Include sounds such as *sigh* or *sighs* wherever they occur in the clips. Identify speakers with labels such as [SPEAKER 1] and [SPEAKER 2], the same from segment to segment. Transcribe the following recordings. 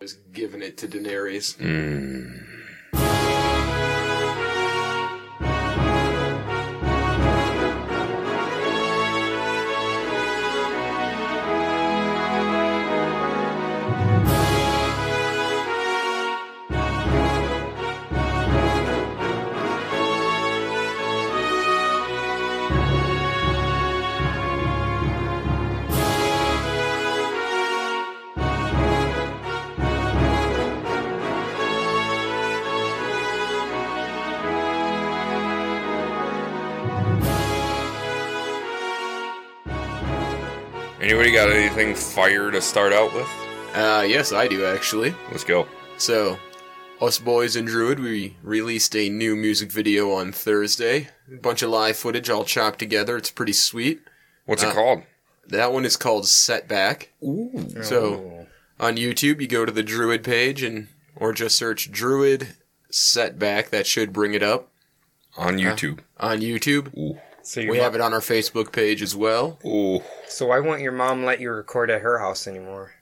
[SPEAKER 1] was giving it to Daenerys.
[SPEAKER 2] Anybody got anything fire to start out with?
[SPEAKER 1] Uh, yes, I do actually.
[SPEAKER 2] Let's go.
[SPEAKER 1] So, us boys in Druid, we released a new music video on Thursday. A bunch of live footage all chopped together. It's pretty sweet.
[SPEAKER 2] What's
[SPEAKER 1] Uh,
[SPEAKER 2] it called?
[SPEAKER 1] That one is called Setback.
[SPEAKER 2] Ooh.
[SPEAKER 1] So on YouTube, you go to the Druid page and or just search Druid Setback. That should bring it up
[SPEAKER 2] On YouTube.
[SPEAKER 1] on YouTube.
[SPEAKER 2] Ooh.
[SPEAKER 3] So your
[SPEAKER 1] We
[SPEAKER 3] mo-
[SPEAKER 1] have it on our Facebook page as well.
[SPEAKER 2] Ooh.
[SPEAKER 3] So why won't your mom let you record at her house anymore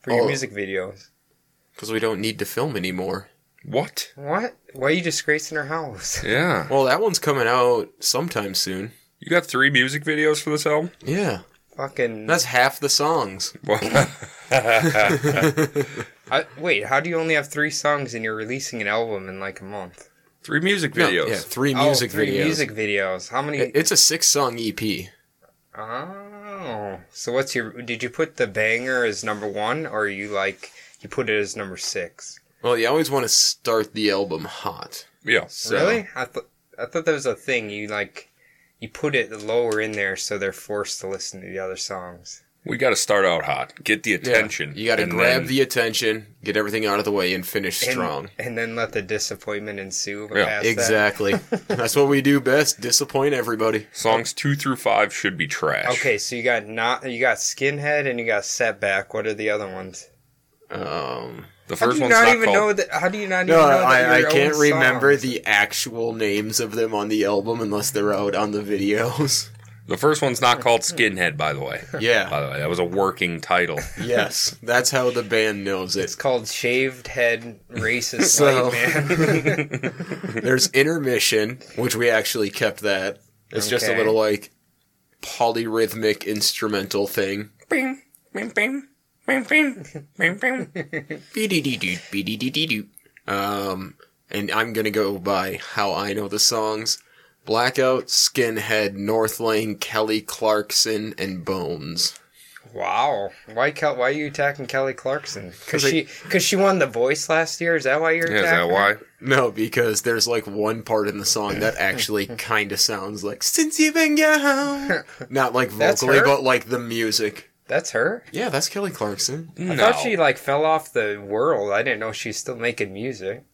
[SPEAKER 3] for your
[SPEAKER 1] Oh.
[SPEAKER 3] music videos?
[SPEAKER 1] Because we don't need to film anymore.
[SPEAKER 2] What?
[SPEAKER 3] What? Why are you disgracing her house? *laughs*
[SPEAKER 2] Yeah.
[SPEAKER 1] Well, that one's coming out sometime soon.
[SPEAKER 2] You got three music videos for this album? *laughs*
[SPEAKER 1] Yeah,
[SPEAKER 3] Fucking.
[SPEAKER 1] that's half the songs. *laughs*
[SPEAKER 3] I, wait, how do you only have three songs and you're releasing an album in like a month?
[SPEAKER 2] three music
[SPEAKER 1] No,
[SPEAKER 2] videos.
[SPEAKER 1] yeah, three
[SPEAKER 3] Oh,
[SPEAKER 1] music
[SPEAKER 3] three
[SPEAKER 1] videos.
[SPEAKER 3] music videos. How many?
[SPEAKER 1] It- It's a E six-song EP.
[SPEAKER 3] oh, so what's your? Did you put the banger as number one, or you like you put it as number six?
[SPEAKER 1] Well, you always want to start the album hot.
[SPEAKER 2] Yeah.
[SPEAKER 1] So,
[SPEAKER 3] Really? I thought I thought that was a thing. You like you put it lower in there so they're forced to listen to the other songs.
[SPEAKER 2] We got to start out hot. Get the
[SPEAKER 1] yeah,
[SPEAKER 2] attention.
[SPEAKER 1] you got to
[SPEAKER 2] and
[SPEAKER 1] grab
[SPEAKER 2] then-
[SPEAKER 1] the attention, get everything out of the way, and finish
[SPEAKER 3] And-
[SPEAKER 1] strong.
[SPEAKER 3] and, then let the disappointment ensue.
[SPEAKER 2] Yeah,
[SPEAKER 3] past that. *laughs*
[SPEAKER 1] Exactly. That's what we do best. Disappoint everybody.
[SPEAKER 2] songs two through five should be trash.
[SPEAKER 3] Okay, so you got not you got skinhead and you got setback. What are the other ones?
[SPEAKER 1] Um,
[SPEAKER 2] The
[SPEAKER 3] How do
[SPEAKER 2] first
[SPEAKER 3] you
[SPEAKER 2] one's
[SPEAKER 3] not
[SPEAKER 2] not
[SPEAKER 3] even
[SPEAKER 2] called.
[SPEAKER 3] know that? How do you not even
[SPEAKER 1] no,
[SPEAKER 3] know? that
[SPEAKER 1] I, I
[SPEAKER 3] your
[SPEAKER 1] can't
[SPEAKER 3] own
[SPEAKER 1] remember
[SPEAKER 3] songs?
[SPEAKER 1] the actual names of them on the album unless they're out on the videos. *laughs*
[SPEAKER 2] the first one's not called Skinhead, by the way. *laughs* By
[SPEAKER 1] yeah. *laughs*
[SPEAKER 2] the way, that was a working title.
[SPEAKER 1] yes. That's how the band knows it.
[SPEAKER 3] It's called shaved head
[SPEAKER 2] *laughs*
[SPEAKER 3] racist
[SPEAKER 1] So-
[SPEAKER 3] white man.
[SPEAKER 1] There's intermission, which we actually kept that. It's just a
[SPEAKER 3] Okay.
[SPEAKER 1] little like polyrhythmic instrumental thing.
[SPEAKER 2] Bing, bing, bing, bing, bing, bing, bing.
[SPEAKER 1] Be-de-de-doo, be-de-de-de-doo. Um, and I'm gonna go by how I know the songs: Blackout, Skinhead, North Lane, Kelly Clarkson, and Bones.
[SPEAKER 3] wow, why Kel- why are you attacking Kelly Clarkson? Because
[SPEAKER 1] 'Cause I-
[SPEAKER 3] she because she won the Voice last year. Is that why you're
[SPEAKER 2] Yeah, is
[SPEAKER 3] attacking?
[SPEAKER 2] that why?
[SPEAKER 1] No, because there's like one part in the song that
[SPEAKER 3] *laughs*
[SPEAKER 1] actually kind of sounds like "Since You've Been Gone," not like
[SPEAKER 3] That's
[SPEAKER 1] vocally,
[SPEAKER 3] her?
[SPEAKER 1] but like the music.
[SPEAKER 3] That's her.
[SPEAKER 1] Yeah, that's Kelly Clarkson.
[SPEAKER 2] No.
[SPEAKER 3] I thought she like fell off the world. I didn't know she's still making music.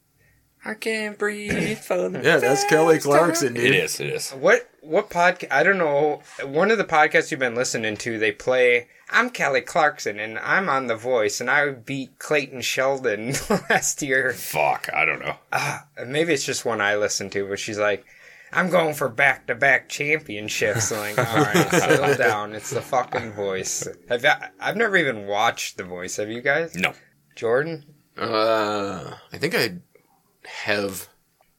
[SPEAKER 2] I can't breathe for the
[SPEAKER 1] *laughs* Yeah, that's Kelly
[SPEAKER 2] first time.
[SPEAKER 1] Clarkson, dude.
[SPEAKER 2] It is, it is.
[SPEAKER 3] What what podcast? I don't know. One of the podcasts you've been listening to, they play. I'm Kelly Clarkson, and I'm on The Voice, and I beat Clayton Sheldon *laughs* last year.
[SPEAKER 2] Fuck, I don't know.
[SPEAKER 3] And Maybe it's just one I listened to, but she's like, "I'm going for back to back championships." I'm like, all right, settle down. It's The fucking Voice. Have I, I've never even watched The Voice. Have you guys?
[SPEAKER 2] No,
[SPEAKER 3] Jordan,
[SPEAKER 1] Uh, I think I have.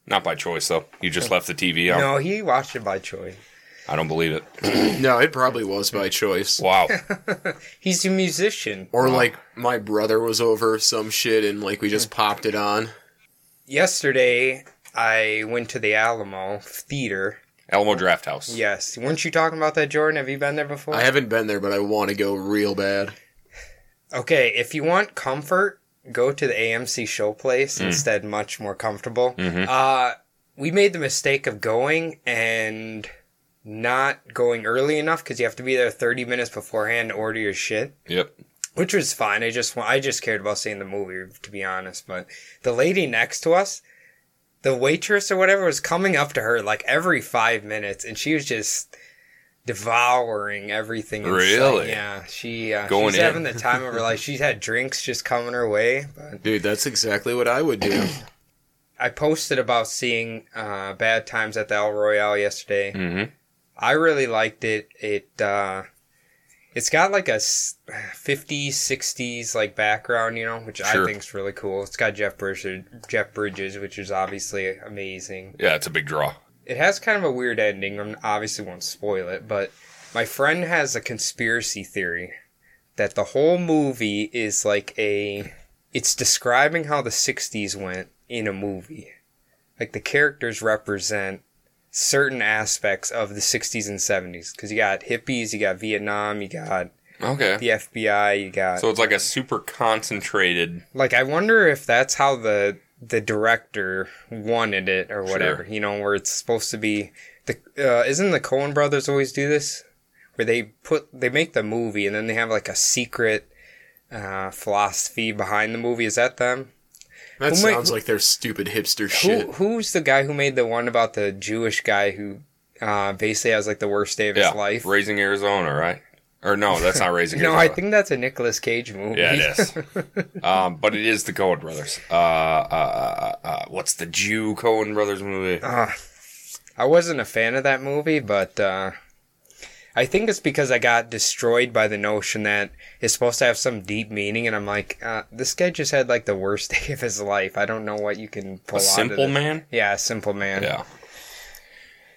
[SPEAKER 2] not by choice, though. You just left the TV on.
[SPEAKER 3] no, he watched it by choice.
[SPEAKER 2] I don't believe it.
[SPEAKER 1] No, it probably was by choice.
[SPEAKER 3] *laughs*
[SPEAKER 2] Wow.
[SPEAKER 3] He's a musician.
[SPEAKER 1] Or like my brother was over some shit and like we just popped it on.
[SPEAKER 3] Yesterday, I went to the Alamo Theater.
[SPEAKER 2] Alamo Draft House.
[SPEAKER 3] Yes. Weren't you talking about that, Jordan? Have you been there before?
[SPEAKER 1] I haven't been there, but I want to go real bad.
[SPEAKER 3] Okay, if you want comfort, go to the AMC Showplace instead. Much more comfortable.
[SPEAKER 2] Mm-hmm. Hmm.
[SPEAKER 3] Uh, we made the mistake of going and not going early enough because you have to be there 30 minutes beforehand to order your shit
[SPEAKER 2] Yep.
[SPEAKER 3] which was fine. I just wa- I just cared about seeing the movie, to be honest. But the lady next to us, the waitress or whatever, was coming up to her like every five minutes, and she was just devouring everything. in sight.
[SPEAKER 2] Really?
[SPEAKER 3] Yeah. She uh,
[SPEAKER 2] Going
[SPEAKER 3] she's
[SPEAKER 2] in.
[SPEAKER 3] having the time of
[SPEAKER 2] *laughs*
[SPEAKER 3] her life. She's had drinks just coming her way. But
[SPEAKER 1] Dude, that's exactly what I
[SPEAKER 3] *laughs*
[SPEAKER 1] would do.
[SPEAKER 3] I posted about seeing uh, Bad Times at the El Royale yesterday.
[SPEAKER 2] Mm-hmm.
[SPEAKER 3] I really liked it. It uh, It's got like a s- 50s, 60s like background, you know, which I
[SPEAKER 2] Sure.
[SPEAKER 3] think's really cool. It's got Jeff Bridges, Jeff Bridges, which is obviously amazing.
[SPEAKER 2] Yeah, it's a big draw.
[SPEAKER 3] It has kind of a weird ending. I obviously won't spoil it, but my friend has a conspiracy theory that the whole movie is like a. It's describing how the 60s went in a movie. Like the characters represent certain aspects of the 60s and 70s. Because you got hippies, you got Vietnam, you got
[SPEAKER 2] Okay.
[SPEAKER 3] the FBI, you got.
[SPEAKER 2] So it's like a super concentrated.
[SPEAKER 3] Like I wonder if that's how the the director wanted it or whatever. You know, where it's supposed to be. The uh, isn't the Coen Brothers always do this, where they put they make the movie and then they have like a secret uh, philosophy behind the movie. Is that them?
[SPEAKER 1] That
[SPEAKER 3] Who might-
[SPEAKER 1] sounds like their stupid hipster
[SPEAKER 3] Who
[SPEAKER 1] shit.
[SPEAKER 3] who's the guy who made the one about the Jewish guy who uh, basically has like the worst day of
[SPEAKER 2] Yeah.
[SPEAKER 3] his life?
[SPEAKER 2] Raising Arizona, right? Or no, that's not raising
[SPEAKER 3] *laughs* No,
[SPEAKER 2] Arizona.
[SPEAKER 3] I think that's a Nicolas Cage movie.
[SPEAKER 2] Yeah, it is. *laughs* um, but it is the Coen Brothers. Uh, uh, uh, uh, what's the Jew Coen Brothers movie?
[SPEAKER 3] Uh, I wasn't a fan of that movie, but uh, I think it's because I got destroyed by the notion that it's supposed to have some deep meaning, and I'm like, uh, this guy just had like the worst *laughs* day of his life. I don't know what you can pull
[SPEAKER 2] A
[SPEAKER 3] out of
[SPEAKER 2] Simple
[SPEAKER 3] this.
[SPEAKER 2] Man.
[SPEAKER 3] Yeah, a simple man.
[SPEAKER 2] Yeah.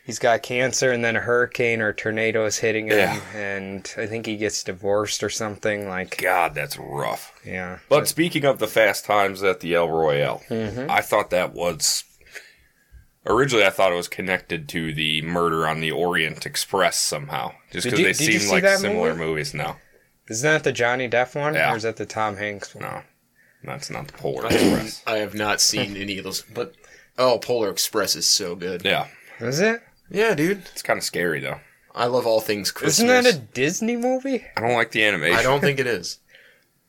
[SPEAKER 3] He's got cancer, and then a hurricane or tornado is hitting him,
[SPEAKER 2] Yeah.
[SPEAKER 3] and I think he gets divorced or something. Like,
[SPEAKER 2] God, that's rough.
[SPEAKER 3] yeah.
[SPEAKER 2] But speaking of the fast times at the El Royale,
[SPEAKER 3] Mm-hmm.
[SPEAKER 2] I thought that was originally I thought it was connected to the murder on the Orient Express somehow, just
[SPEAKER 3] Did
[SPEAKER 2] because
[SPEAKER 3] you-
[SPEAKER 2] they
[SPEAKER 3] did you
[SPEAKER 2] seem
[SPEAKER 3] see
[SPEAKER 2] like
[SPEAKER 3] that
[SPEAKER 2] similar
[SPEAKER 3] movie?
[SPEAKER 2] movies. No,
[SPEAKER 3] Isn't that the Johnny Depp one,
[SPEAKER 2] Yeah.
[SPEAKER 3] or is that the Tom Hanks one?
[SPEAKER 2] no, that's not the Polar Express.
[SPEAKER 1] I have not seen any of those, but oh, Polar Express is so good.
[SPEAKER 2] Yeah,
[SPEAKER 3] Is it?
[SPEAKER 1] Yeah, dude,
[SPEAKER 2] it's kind of scary though.
[SPEAKER 1] I love all things Christmas.
[SPEAKER 3] Isn't that a Disney movie?
[SPEAKER 2] I don't like the animation.
[SPEAKER 1] I don't think it is.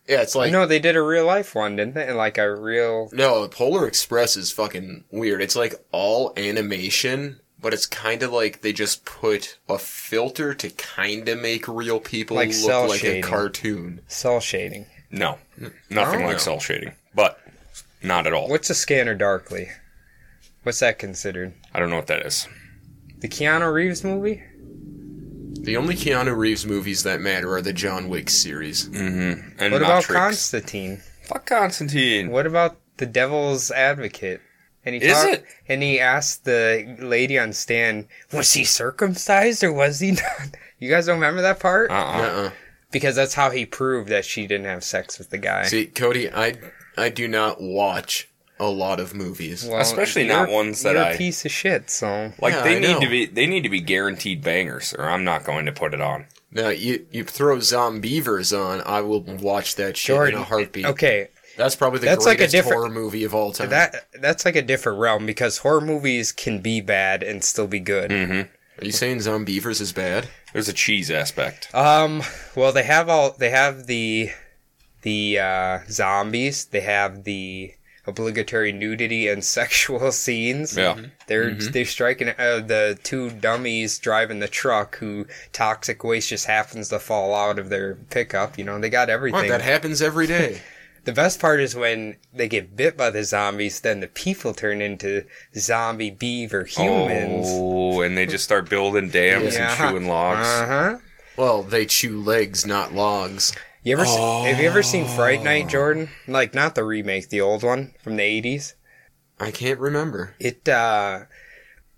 [SPEAKER 1] Yeah, it's like
[SPEAKER 3] no, they did a real life one, didn't they? Like a real.
[SPEAKER 1] No, Polar Express is fucking weird. It's like all animation, but it's kind of like they just put a filter to kind of make real people
[SPEAKER 3] Like cell
[SPEAKER 1] look like
[SPEAKER 3] shading.
[SPEAKER 1] a cartoon.
[SPEAKER 3] Cell shading.
[SPEAKER 2] No, nothing
[SPEAKER 1] No?
[SPEAKER 3] Oh.
[SPEAKER 2] like cell shading, but not at all.
[SPEAKER 3] What's a scanner darkly? What's that considered?
[SPEAKER 2] I don't know what that is.
[SPEAKER 3] The Keanu Reeves movie?
[SPEAKER 1] The only Keanu Reeves movies that matter are the John Wick series.
[SPEAKER 2] Mm-hmm. And
[SPEAKER 3] What about
[SPEAKER 2] Matrix.
[SPEAKER 3] Constantine?
[SPEAKER 2] Fuck Constantine.
[SPEAKER 3] What about The Devil's Advocate? And he
[SPEAKER 2] Is
[SPEAKER 3] talked,
[SPEAKER 2] it?
[SPEAKER 3] And he asked the lady on stand, "Was he circumcised or was he not?" You guys don't remember that part?
[SPEAKER 2] Uh uh
[SPEAKER 1] Uh-uh.
[SPEAKER 3] because that's how he proved that she didn't have sex with the guy.
[SPEAKER 1] See, Cody, I I do not watch a lot of movies.
[SPEAKER 3] Well,
[SPEAKER 2] Especially not
[SPEAKER 3] you're-
[SPEAKER 2] ones that
[SPEAKER 3] you're
[SPEAKER 2] I-
[SPEAKER 3] a piece of shit. So
[SPEAKER 2] Like
[SPEAKER 1] Yeah,
[SPEAKER 2] they
[SPEAKER 1] I
[SPEAKER 2] need
[SPEAKER 1] know.
[SPEAKER 2] to be they need to be guaranteed bangers, or I'm not going to put it on.
[SPEAKER 1] Now, you you throw Zombievers on, I will watch that shit
[SPEAKER 3] Jordan,
[SPEAKER 1] in a heartbeat.
[SPEAKER 3] okay,
[SPEAKER 1] That's probably the
[SPEAKER 3] That's like a
[SPEAKER 1] greatest
[SPEAKER 3] different-
[SPEAKER 1] horror movie of all time.
[SPEAKER 3] That that's like a different realm because horror movies can be bad and still be good.
[SPEAKER 1] Are you saying Zombievers is bad?
[SPEAKER 2] There's a cheese aspect.
[SPEAKER 3] Um, well, they have all they have the the uh, zombies. They have the obligatory nudity and *laughs* sexual scenes.
[SPEAKER 2] Yeah. Mm-hmm.
[SPEAKER 3] They're they're striking uh, the two dummies driving the truck who toxic waste just happens to fall out of their pickup. You know they got
[SPEAKER 1] What?
[SPEAKER 3] everything.
[SPEAKER 1] That happens every day. *laughs*
[SPEAKER 3] The best part is when they get bit by the zombies, then the people turn into zombie beaver humans.
[SPEAKER 2] Oh, and they just start building dams and chewing logs.
[SPEAKER 3] Uh huh.
[SPEAKER 1] Well, they chew legs, not logs.
[SPEAKER 3] You ever se- have you ever seen Fright Night, Jordan? Like not the remake, the old one from the eighties.
[SPEAKER 1] I can't remember.
[SPEAKER 3] It uh,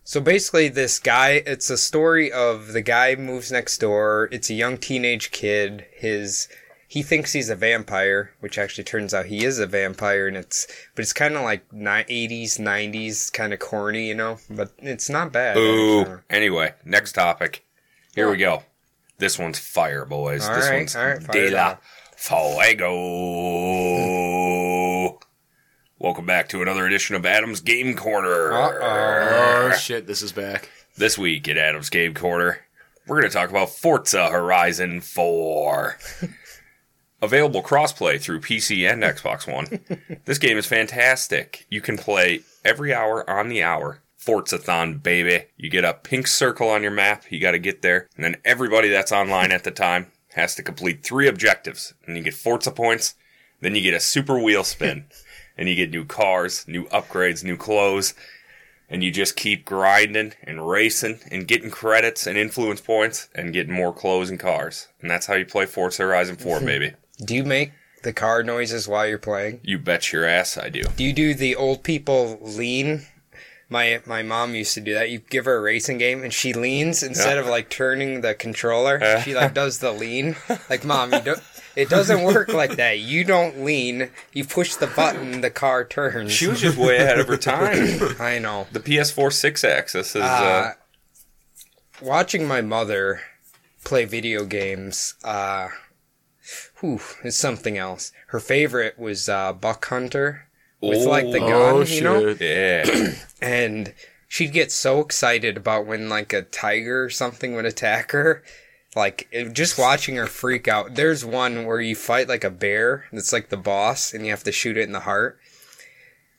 [SPEAKER 3] so basically this guy. It's a story of the guy moves next door. It's a young teenage kid. His he thinks he's a vampire, which actually turns out he is a vampire, and it's but it's kind of like eighties, nineties, kind of corny, you know. But it's not bad.
[SPEAKER 2] Ooh. Anyway, next topic. Here we go. This one's fire, boys.
[SPEAKER 3] All
[SPEAKER 2] this
[SPEAKER 3] right,
[SPEAKER 2] one's
[SPEAKER 3] all right, fire
[SPEAKER 2] de
[SPEAKER 3] it
[SPEAKER 2] la
[SPEAKER 3] up.
[SPEAKER 2] fuego. Welcome back to another edition of Adam's Game Corner.
[SPEAKER 3] Uh-oh.
[SPEAKER 1] Oh shit, this is back.
[SPEAKER 2] This week at Adam's Game Corner, we're going to talk about Forza Horizon 4. Available crossplay through PC and Xbox One. this game is fantastic. You can play every hour on the hour. Forzathon, baby. You get a pink circle on your map. You got to get there. And then everybody that's online at the time has to complete three objectives. And you get Forza points. Then you get a super wheel spin. and you get new cars, new upgrades, new clothes. and you just keep grinding and racing and getting credits and influence points and getting more clothes and cars. And that's how you play Forza Horizon
[SPEAKER 3] *laughs*
[SPEAKER 2] 4, baby.
[SPEAKER 3] Do you make the car noises while you're playing?
[SPEAKER 2] You bet your ass I do.
[SPEAKER 3] Do you do the old people lean? My my mom used to do that. You give her a racing game and she leans instead of like turning the controller. She like does the lean. Like mom, you don't. It doesn't work like that. You don't lean. You push the button. The car turns.
[SPEAKER 2] She was just way ahead of her time.
[SPEAKER 3] I know.
[SPEAKER 2] *laughs* The PS4 6 axis is. Uh,
[SPEAKER 3] Uh, watching my mother play video games, uh, whew, it's something else. Her favorite was uh, Buck Hunter with like the
[SPEAKER 2] Oh,
[SPEAKER 3] gun, you know, *clears throat*
[SPEAKER 2] yeah.
[SPEAKER 3] and she'd get so excited about when like a tiger or something would attack her. Like it, just watching her freak out. There's one where you fight like a bear that's like the boss, and you have to shoot it in the heart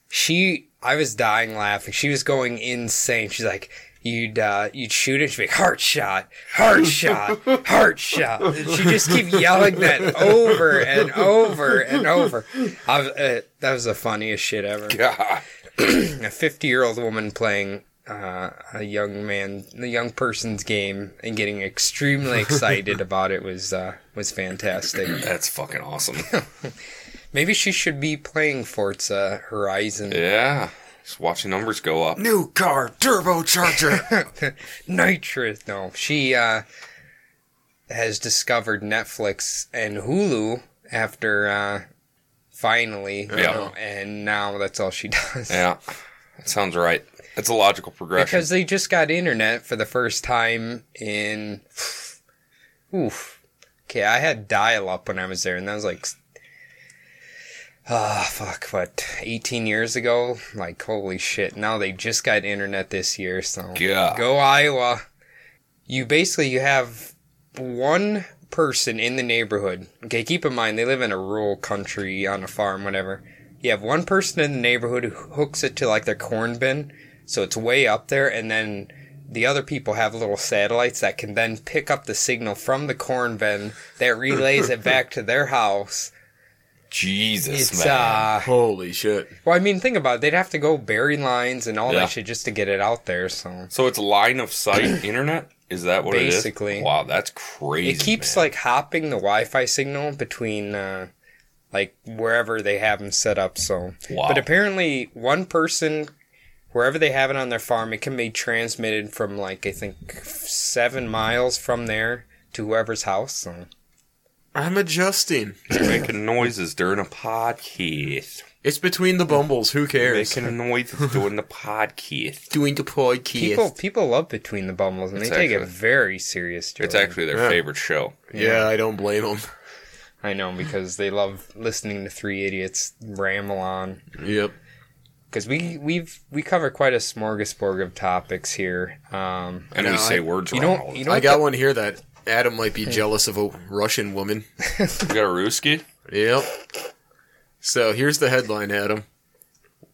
[SPEAKER 3] she I was dying laughing. She was going insane. She's like, you'd uh, you'd shoot it, she'd be like, heart shot, heart shot, heart shot. And she just keep yelling that over and over and over. I was, uh, that was the funniest shit ever.
[SPEAKER 2] God.
[SPEAKER 3] A fifty year old woman playing uh, a young man, a young person's game, and
[SPEAKER 2] *laughs*
[SPEAKER 3] getting extremely excited about it was uh, was fantastic.
[SPEAKER 2] That's fucking awesome.
[SPEAKER 3] Maybe she should be playing Forza Horizon.
[SPEAKER 2] yeah. Just watching numbers go up.
[SPEAKER 1] New car,
[SPEAKER 3] *laughs*
[SPEAKER 1] turbocharger.
[SPEAKER 3] nitrous. No, she uh, has discovered Netflix and Hulu after uh, finally. you
[SPEAKER 2] Yeah.
[SPEAKER 3] know, and now that's all she does.
[SPEAKER 2] Yeah. That sounds right. That's a logical progression.
[SPEAKER 3] Because they just got internet for the first time in. Oof. Okay, I had dial up when I was there, and that was like. Ah, fuck, what? 18 years ago? Like, holy shit. Now they just got internet this year, so.
[SPEAKER 2] God.
[SPEAKER 3] Go Iowa. You basically you have one person in the neighborhood. Okay, keep in mind they live in a rural country on a farm, whatever. You have one person in the neighborhood who hooks it to like their corn bin, so it's way up there, and then the other people have little satellites that can then pick up the signal from the corn bin that relays it back to their
[SPEAKER 2] *laughs*
[SPEAKER 3] house.
[SPEAKER 2] Jesus,
[SPEAKER 3] It's
[SPEAKER 2] man.
[SPEAKER 3] uh
[SPEAKER 1] Holy shit.
[SPEAKER 3] well I mean think about it, they'd have to go bury lines and all
[SPEAKER 2] Yeah.
[SPEAKER 3] that shit just to get it out there, so
[SPEAKER 2] so it's line of
[SPEAKER 3] *clears throat*
[SPEAKER 2] sight internet? Is that what it
[SPEAKER 3] Basically.
[SPEAKER 2] is? Wow, that's crazy.
[SPEAKER 3] it keeps
[SPEAKER 2] man.
[SPEAKER 3] like hopping the Wi-Fi signal between uh, like wherever they have them set up. So,
[SPEAKER 2] Wow.
[SPEAKER 3] but apparently one person wherever they have it on their farm, it can be transmitted from like I think seven miles from there to whoever's house. So.
[SPEAKER 1] I'm adjusting.
[SPEAKER 2] making noises during a podcast.
[SPEAKER 1] It's between the bumbles. Who cares?
[SPEAKER 2] Making noises during the podcast.
[SPEAKER 1] Doing the podcast.
[SPEAKER 3] People people love Between the Bumbles and
[SPEAKER 2] It's
[SPEAKER 3] they take it
[SPEAKER 2] actually-
[SPEAKER 3] very serious. Joey.
[SPEAKER 2] It's actually their
[SPEAKER 1] Yeah.
[SPEAKER 2] favorite show.
[SPEAKER 1] Yeah, I don't blame them.
[SPEAKER 3] I know because they love listening to three idiots ramble on.
[SPEAKER 1] Yep.
[SPEAKER 3] Because we we've we cover quite a smorgasbord of topics here. Um,
[SPEAKER 2] And
[SPEAKER 1] No,
[SPEAKER 2] we say
[SPEAKER 1] I-
[SPEAKER 2] words
[SPEAKER 3] you
[SPEAKER 2] wrong.
[SPEAKER 3] know you know
[SPEAKER 1] I
[SPEAKER 3] what
[SPEAKER 1] got one here that Adam might be jealous of a Russian woman.
[SPEAKER 2] You got a Ruski?
[SPEAKER 1] Yep. So here's the headline, Adam.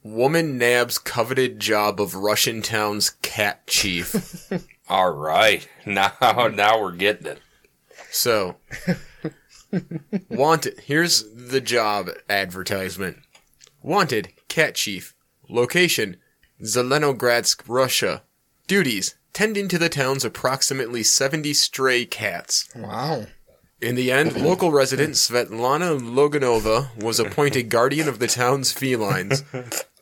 [SPEAKER 1] Woman nabs coveted job of Russian town's cat chief.
[SPEAKER 2] All right. *laughs* Now now we're getting it.
[SPEAKER 1] So, wanted. Here's the job advertisement. Wanted, cat chief. Location, Zelenogradsk, Russia. Duties, tending to the town's approximately 70 stray cats.
[SPEAKER 3] Wow.
[SPEAKER 1] In the end, local resident Svetlana Loganova was appointed guardian of the town's felines.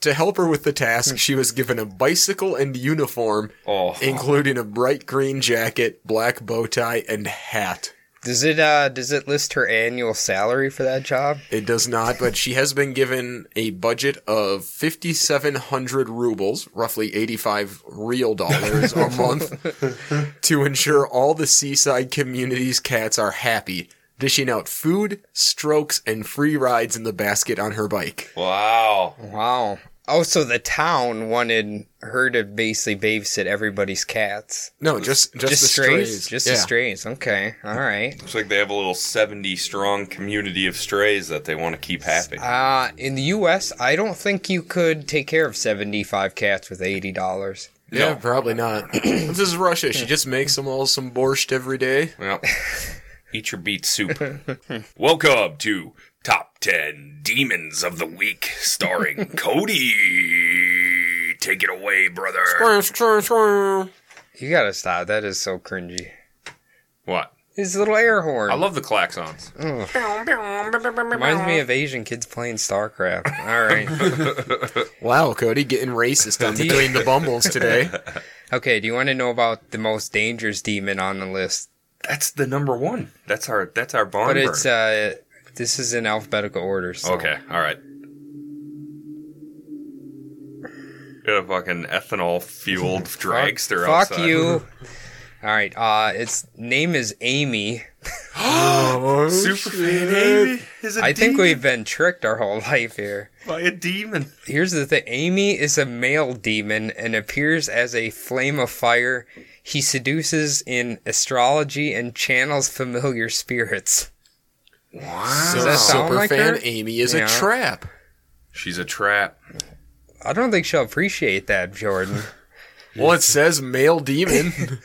[SPEAKER 1] To help her with the task, she was given a bicycle and uniform,
[SPEAKER 2] Oh.
[SPEAKER 1] including a bright green jacket, black bow tie, and hat.
[SPEAKER 3] Does it uh does it list her annual salary for that job?
[SPEAKER 1] It does not, but she has been given a budget of 5,700 rubles, roughly 85 real dollars a month, to ensure all the seaside community's cats are happy, dishing out food, strokes, and free rides in the basket on her bike.
[SPEAKER 2] Wow.
[SPEAKER 3] Wow. Oh, so the town wanted her to basically babysit everybody's cats.
[SPEAKER 1] No, just just,
[SPEAKER 3] Just
[SPEAKER 1] the
[SPEAKER 3] strays.
[SPEAKER 1] strays.
[SPEAKER 3] Just
[SPEAKER 1] yeah.
[SPEAKER 3] the strays. Okay. All right.
[SPEAKER 2] Looks like they have a little 70 strong community of strays that they want to keep happy.
[SPEAKER 3] Uh in the US, I don't think you could take care of seventy five cats with eighty dollars.
[SPEAKER 1] Yeah,
[SPEAKER 2] No.
[SPEAKER 1] probably not. this is Russia. She just makes them all some borscht every
[SPEAKER 2] *laughs*
[SPEAKER 1] day.
[SPEAKER 2] Well, eat your beet soup. Welcome to Top 10 Demons of the Week, starring Cody Take it away, brother.
[SPEAKER 3] You gotta stop. That is so cringy.
[SPEAKER 2] What?
[SPEAKER 3] His little air horn.
[SPEAKER 2] I love the klaxons.
[SPEAKER 3] Reminds me of Asian kids playing StarCraft. All
[SPEAKER 1] *laughs*
[SPEAKER 3] right.
[SPEAKER 1] Wow, Cody, getting racist on between the bumbles today.
[SPEAKER 3] Okay, do you want to know about the most dangerous demon on the list?
[SPEAKER 2] That's the number one. That's our that's our barn
[SPEAKER 3] But
[SPEAKER 2] burn.
[SPEAKER 3] it's uh this is in alphabetical order. So.
[SPEAKER 2] okay, all right. Got a fucking ethanol fueled dragster.
[SPEAKER 3] Uh, Fuck
[SPEAKER 2] outside.
[SPEAKER 3] you. All right. Uh its name is Amy.
[SPEAKER 1] Oh,
[SPEAKER 2] *laughs* Super fan Amy is a
[SPEAKER 3] I think
[SPEAKER 2] demon
[SPEAKER 3] we've been tricked our whole *laughs* life here.
[SPEAKER 2] by a demon.
[SPEAKER 3] Here's the thing Amy is a male demon and appears as a flame of fire. He seduces in astrology and channels familiar spirits.
[SPEAKER 2] Wow.
[SPEAKER 1] So
[SPEAKER 3] that sound
[SPEAKER 1] super
[SPEAKER 3] like
[SPEAKER 1] fan
[SPEAKER 3] her?
[SPEAKER 1] Amy is
[SPEAKER 3] Oh. Yeah.
[SPEAKER 1] a trap.
[SPEAKER 2] She's a trap.
[SPEAKER 3] I don't think she'll appreciate
[SPEAKER 2] *laughs*
[SPEAKER 3] that, Jordan.
[SPEAKER 1] Well, it says male demon.
[SPEAKER 3] *laughs*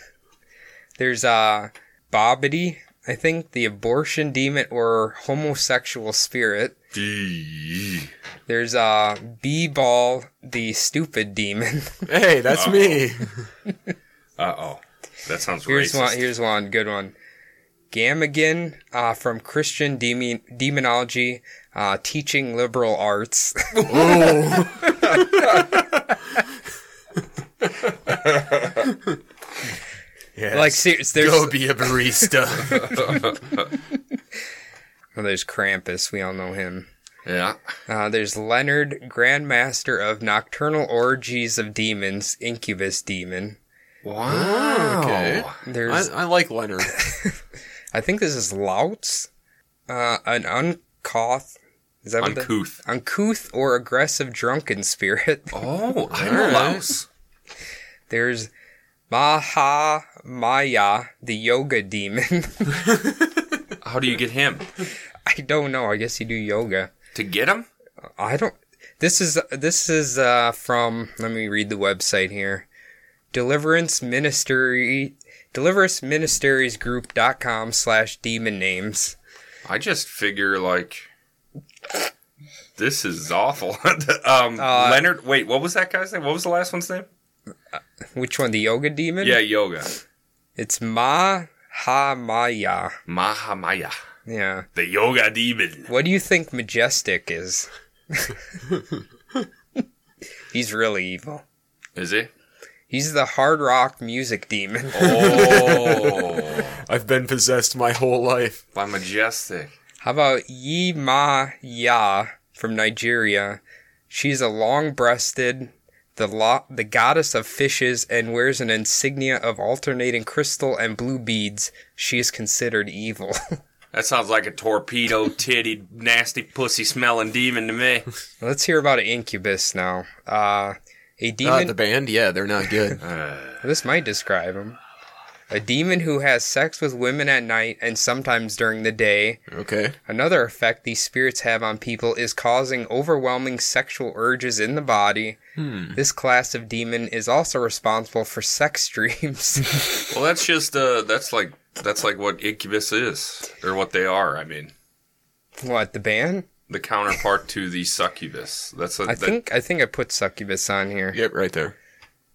[SPEAKER 3] There's uh Bobbity, I think, the abortion demon or homosexual spirit.
[SPEAKER 2] Gee.
[SPEAKER 3] There's uh B Ball, the stupid demon. *laughs*
[SPEAKER 1] hey,
[SPEAKER 3] Oh.
[SPEAKER 1] that's me.
[SPEAKER 2] Uh oh. That sounds
[SPEAKER 3] Here's
[SPEAKER 2] racist.
[SPEAKER 3] one. Here's one good one. Gamagan uh, from Christian Demon- Demonology, uh, teaching liberal arts. *laughs*
[SPEAKER 1] Yes.
[SPEAKER 3] like, serious. There's
[SPEAKER 1] go be a
[SPEAKER 3] *laughs*
[SPEAKER 1] barista.
[SPEAKER 3] well, Oh, there's Krampus. We all know him.
[SPEAKER 2] yeah.
[SPEAKER 3] Uh, there's Leonard, Grandmaster of Nocturnal Orgies of Demons, Incubus Demon.
[SPEAKER 2] Wow.
[SPEAKER 1] okay.
[SPEAKER 3] There's,
[SPEAKER 1] I, I like Leonard.
[SPEAKER 3] I, think this is Louts, uh, an uncouth. Is that what the-
[SPEAKER 2] Uncouth.
[SPEAKER 3] uncouth or aggressive drunken spirit?
[SPEAKER 2] Oh, I'm
[SPEAKER 1] All
[SPEAKER 2] a
[SPEAKER 1] right.
[SPEAKER 2] louse.
[SPEAKER 3] There's Maha Maya, the yoga demon. *laughs*
[SPEAKER 2] How do you get him?
[SPEAKER 3] I don't know. I guess you do yoga.
[SPEAKER 2] To get him?
[SPEAKER 3] I don't. This is this is uh, from. Let me read the website here. Deliverance Ministry, Deliverance Ministries Group.com slash demon names.
[SPEAKER 2] I just figure like this is awful. *laughs* um,
[SPEAKER 3] Uh,
[SPEAKER 2] Leonard, wait, what was that guy's name? What was the last one's name?
[SPEAKER 3] Which one? The yoga demon?
[SPEAKER 2] Yeah, yoga.
[SPEAKER 3] It's Maha Maya.
[SPEAKER 2] Mahamaya,
[SPEAKER 3] Yeah.
[SPEAKER 2] the yoga demon.
[SPEAKER 3] What do you think Majestic is? *laughs* He's really evil.
[SPEAKER 2] Is
[SPEAKER 3] *laughs*
[SPEAKER 2] it?
[SPEAKER 3] He's the hard rock music demon. *laughs*
[SPEAKER 2] Oh,
[SPEAKER 1] I've been possessed my whole life.
[SPEAKER 2] by majestic.
[SPEAKER 3] How about Yi Ma Ya from Nigeria? She's a long-breasted, the lo- the goddess of fishes, and wears an insignia of alternating crystal and blue beads. She is considered evil. *laughs*
[SPEAKER 2] That sounds like a torpedo titty, nasty pussy smelling demon to
[SPEAKER 3] *laughs*
[SPEAKER 2] me.
[SPEAKER 3] Let's hear about an incubus now. Uh, a
[SPEAKER 1] Uh,
[SPEAKER 3] demon.
[SPEAKER 1] the band, yeah, they're not good.
[SPEAKER 2] Uh,
[SPEAKER 3] This might describe him. A demon who has sex with women at night and sometimes during the day.
[SPEAKER 1] Okay.
[SPEAKER 3] Another effect these spirits have on people is causing overwhelming sexual urges in the body. This class of demon is also responsible for sex *laughs* dreams.
[SPEAKER 2] Well, that's just uh, that's like that's like what incubus is, or what they are. I mean,
[SPEAKER 3] what the ban?
[SPEAKER 2] the counterpart to the succubus. That's a,
[SPEAKER 3] I
[SPEAKER 2] that-
[SPEAKER 3] think I think I put succubus on here.
[SPEAKER 1] Yep, right there.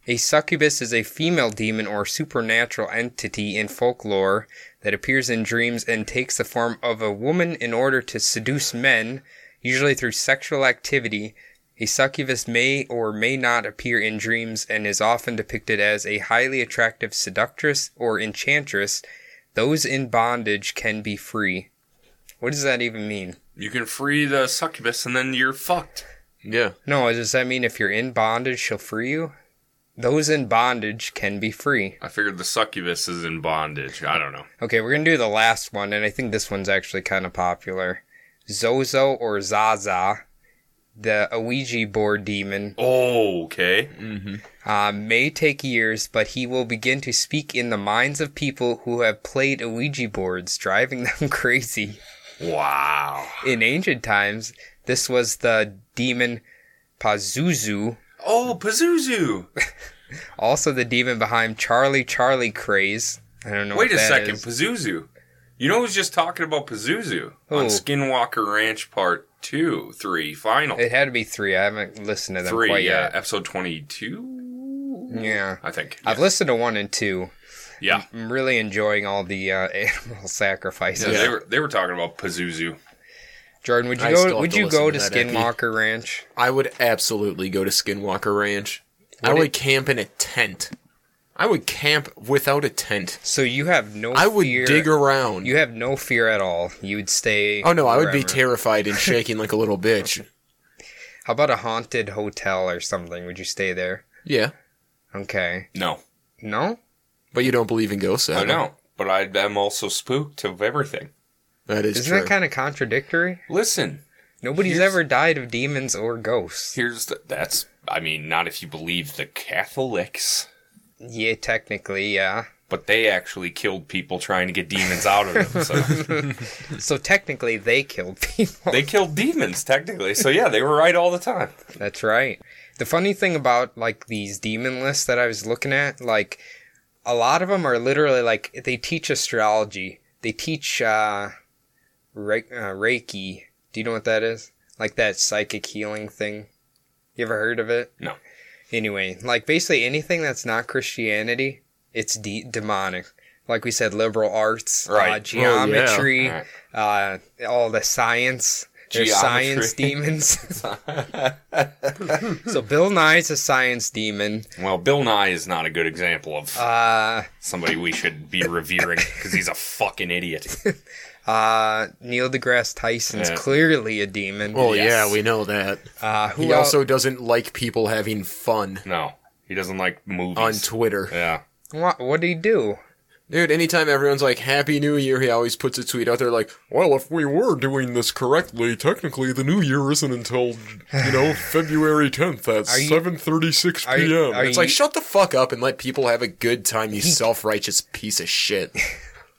[SPEAKER 3] A succubus is a female demon or supernatural entity in folklore that appears in dreams and takes the form of a woman in order to seduce men, usually through sexual activity. A succubus may or may not appear in dreams and is often depicted as a highly attractive seductress or enchantress. Those in bondage can be free. What does that even mean?
[SPEAKER 2] you can free the succubus, and then you're fucked.
[SPEAKER 1] Yeah.
[SPEAKER 3] No, does that mean if you're in bondage, she'll free you? Those in bondage can be free.
[SPEAKER 2] I figured the succubus is in bondage. I don't know.
[SPEAKER 3] Okay, we're gonna do the last one, and I think this one's actually kind of popular. Zozo or Zaza, the Ouija board demon,
[SPEAKER 2] Oh, okay.
[SPEAKER 3] uh, may take years, but he will begin to speak in the minds of people who have played Ouija boards, driving *laughs* them crazy.
[SPEAKER 2] Wow.
[SPEAKER 3] In ancient times, this was the demon Pazuzu,
[SPEAKER 2] Oh, Pazuzu.
[SPEAKER 3] also the demon behind Charlie Charlie craze. I don't know.
[SPEAKER 2] Wait
[SPEAKER 3] what
[SPEAKER 2] a
[SPEAKER 3] that
[SPEAKER 2] second,
[SPEAKER 3] is.
[SPEAKER 2] Pazuzu. You know who's just talking about Pazuzu
[SPEAKER 3] Who?
[SPEAKER 2] on Skinwalker Ranch part two, three, final.
[SPEAKER 3] It had to be three. I haven't listened to them
[SPEAKER 2] Three,
[SPEAKER 3] quite
[SPEAKER 2] yeah.
[SPEAKER 3] yet.
[SPEAKER 2] Episode 22?
[SPEAKER 3] Yeah.
[SPEAKER 2] I think.
[SPEAKER 3] I've listened to one and two.
[SPEAKER 2] yeah.
[SPEAKER 3] I'm really enjoying all the uh, *laughs* animal
[SPEAKER 2] Yeah,
[SPEAKER 3] sacrifices.
[SPEAKER 2] They, were, they were talking about Pazuzu.
[SPEAKER 3] Jordan, would you
[SPEAKER 1] I still
[SPEAKER 3] go?
[SPEAKER 1] have
[SPEAKER 3] Would
[SPEAKER 1] to
[SPEAKER 3] you go to
[SPEAKER 1] listen to that, Epi.
[SPEAKER 3] Skinwalker Ranch?
[SPEAKER 1] I would absolutely go to Skinwalker Ranch. I
[SPEAKER 3] What
[SPEAKER 1] would camp in a tent. I would camp without a tent.
[SPEAKER 3] So you have no.
[SPEAKER 1] I would
[SPEAKER 3] fear.
[SPEAKER 1] dig around.
[SPEAKER 3] You have no fear at all. You would stay.
[SPEAKER 1] oh no, I would be
[SPEAKER 3] wherever.
[SPEAKER 1] terrified
[SPEAKER 3] *laughs*
[SPEAKER 1] and shaking like a little bitch.
[SPEAKER 3] How about a haunted hotel or something? Would you stay there?
[SPEAKER 1] Yeah,
[SPEAKER 3] Okay.
[SPEAKER 2] No,
[SPEAKER 3] No.
[SPEAKER 1] but you don't believe in ghosts.
[SPEAKER 2] I
[SPEAKER 3] Uh-huh.
[SPEAKER 1] Adam.
[SPEAKER 2] don't. But I am also spooked of everything.
[SPEAKER 1] That is
[SPEAKER 3] Isn't
[SPEAKER 1] true.
[SPEAKER 3] that kind of contradictory?
[SPEAKER 2] Listen,
[SPEAKER 3] Nobody's
[SPEAKER 2] Here's-
[SPEAKER 3] ever died of demons or ghosts.
[SPEAKER 2] here's the, that's, I mean, not if you believe the Catholics,
[SPEAKER 3] Yeah, technically, yeah.
[SPEAKER 2] but they actually killed people trying to get demons out of them. So
[SPEAKER 3] So technically, they killed *laughs* people.
[SPEAKER 2] they killed demons, technically. So yeah, they were right all the time.
[SPEAKER 3] That's right. The funny thing about like these demon lists that I was looking at, like a lot of them are literally like they teach astrology, they teach uh, Re- uh, Reiki. Do you know what that is? Like that psychic healing thing. You ever heard of it?
[SPEAKER 2] No.
[SPEAKER 3] Anyway, like basically anything that's not Christianity, it's de- demonic. Like we said, liberal arts,
[SPEAKER 2] Right. Oh,
[SPEAKER 3] uh,
[SPEAKER 2] yeah.
[SPEAKER 3] geometry,
[SPEAKER 2] All right.
[SPEAKER 3] uh, all the science. There's science
[SPEAKER 2] *laughs*
[SPEAKER 3] demons. So Bill Nye's a science demon.
[SPEAKER 2] well, Bill Nye is not a good example of
[SPEAKER 3] Uh,
[SPEAKER 2] somebody we should be revering because he's a fucking idiot.
[SPEAKER 3] uh, Neil deGrasse Tyson's
[SPEAKER 2] Yeah.
[SPEAKER 3] clearly a demon.
[SPEAKER 1] well,
[SPEAKER 2] Yes.
[SPEAKER 1] Oh, yeah, we know that.
[SPEAKER 3] uh, who
[SPEAKER 1] He
[SPEAKER 3] else?
[SPEAKER 1] also doesn't like people having fun
[SPEAKER 2] No, he doesn't like movies.
[SPEAKER 1] on Twitter.
[SPEAKER 2] yeah,
[SPEAKER 3] What what did he do?
[SPEAKER 1] Dude, anytime everyone's like, Happy New Year, he always puts a tweet out there like, Well, if we were doing this correctly, technically the New Year isn't until, you
[SPEAKER 3] *sighs*
[SPEAKER 1] know, February 10th at
[SPEAKER 3] you-
[SPEAKER 1] 7.36
[SPEAKER 3] are you-
[SPEAKER 1] p.m.
[SPEAKER 3] are
[SPEAKER 1] it's
[SPEAKER 3] you-
[SPEAKER 1] like, shut the fuck up and let people have a good time,
[SPEAKER 3] *laughs*
[SPEAKER 1] you self-righteous piece of shit.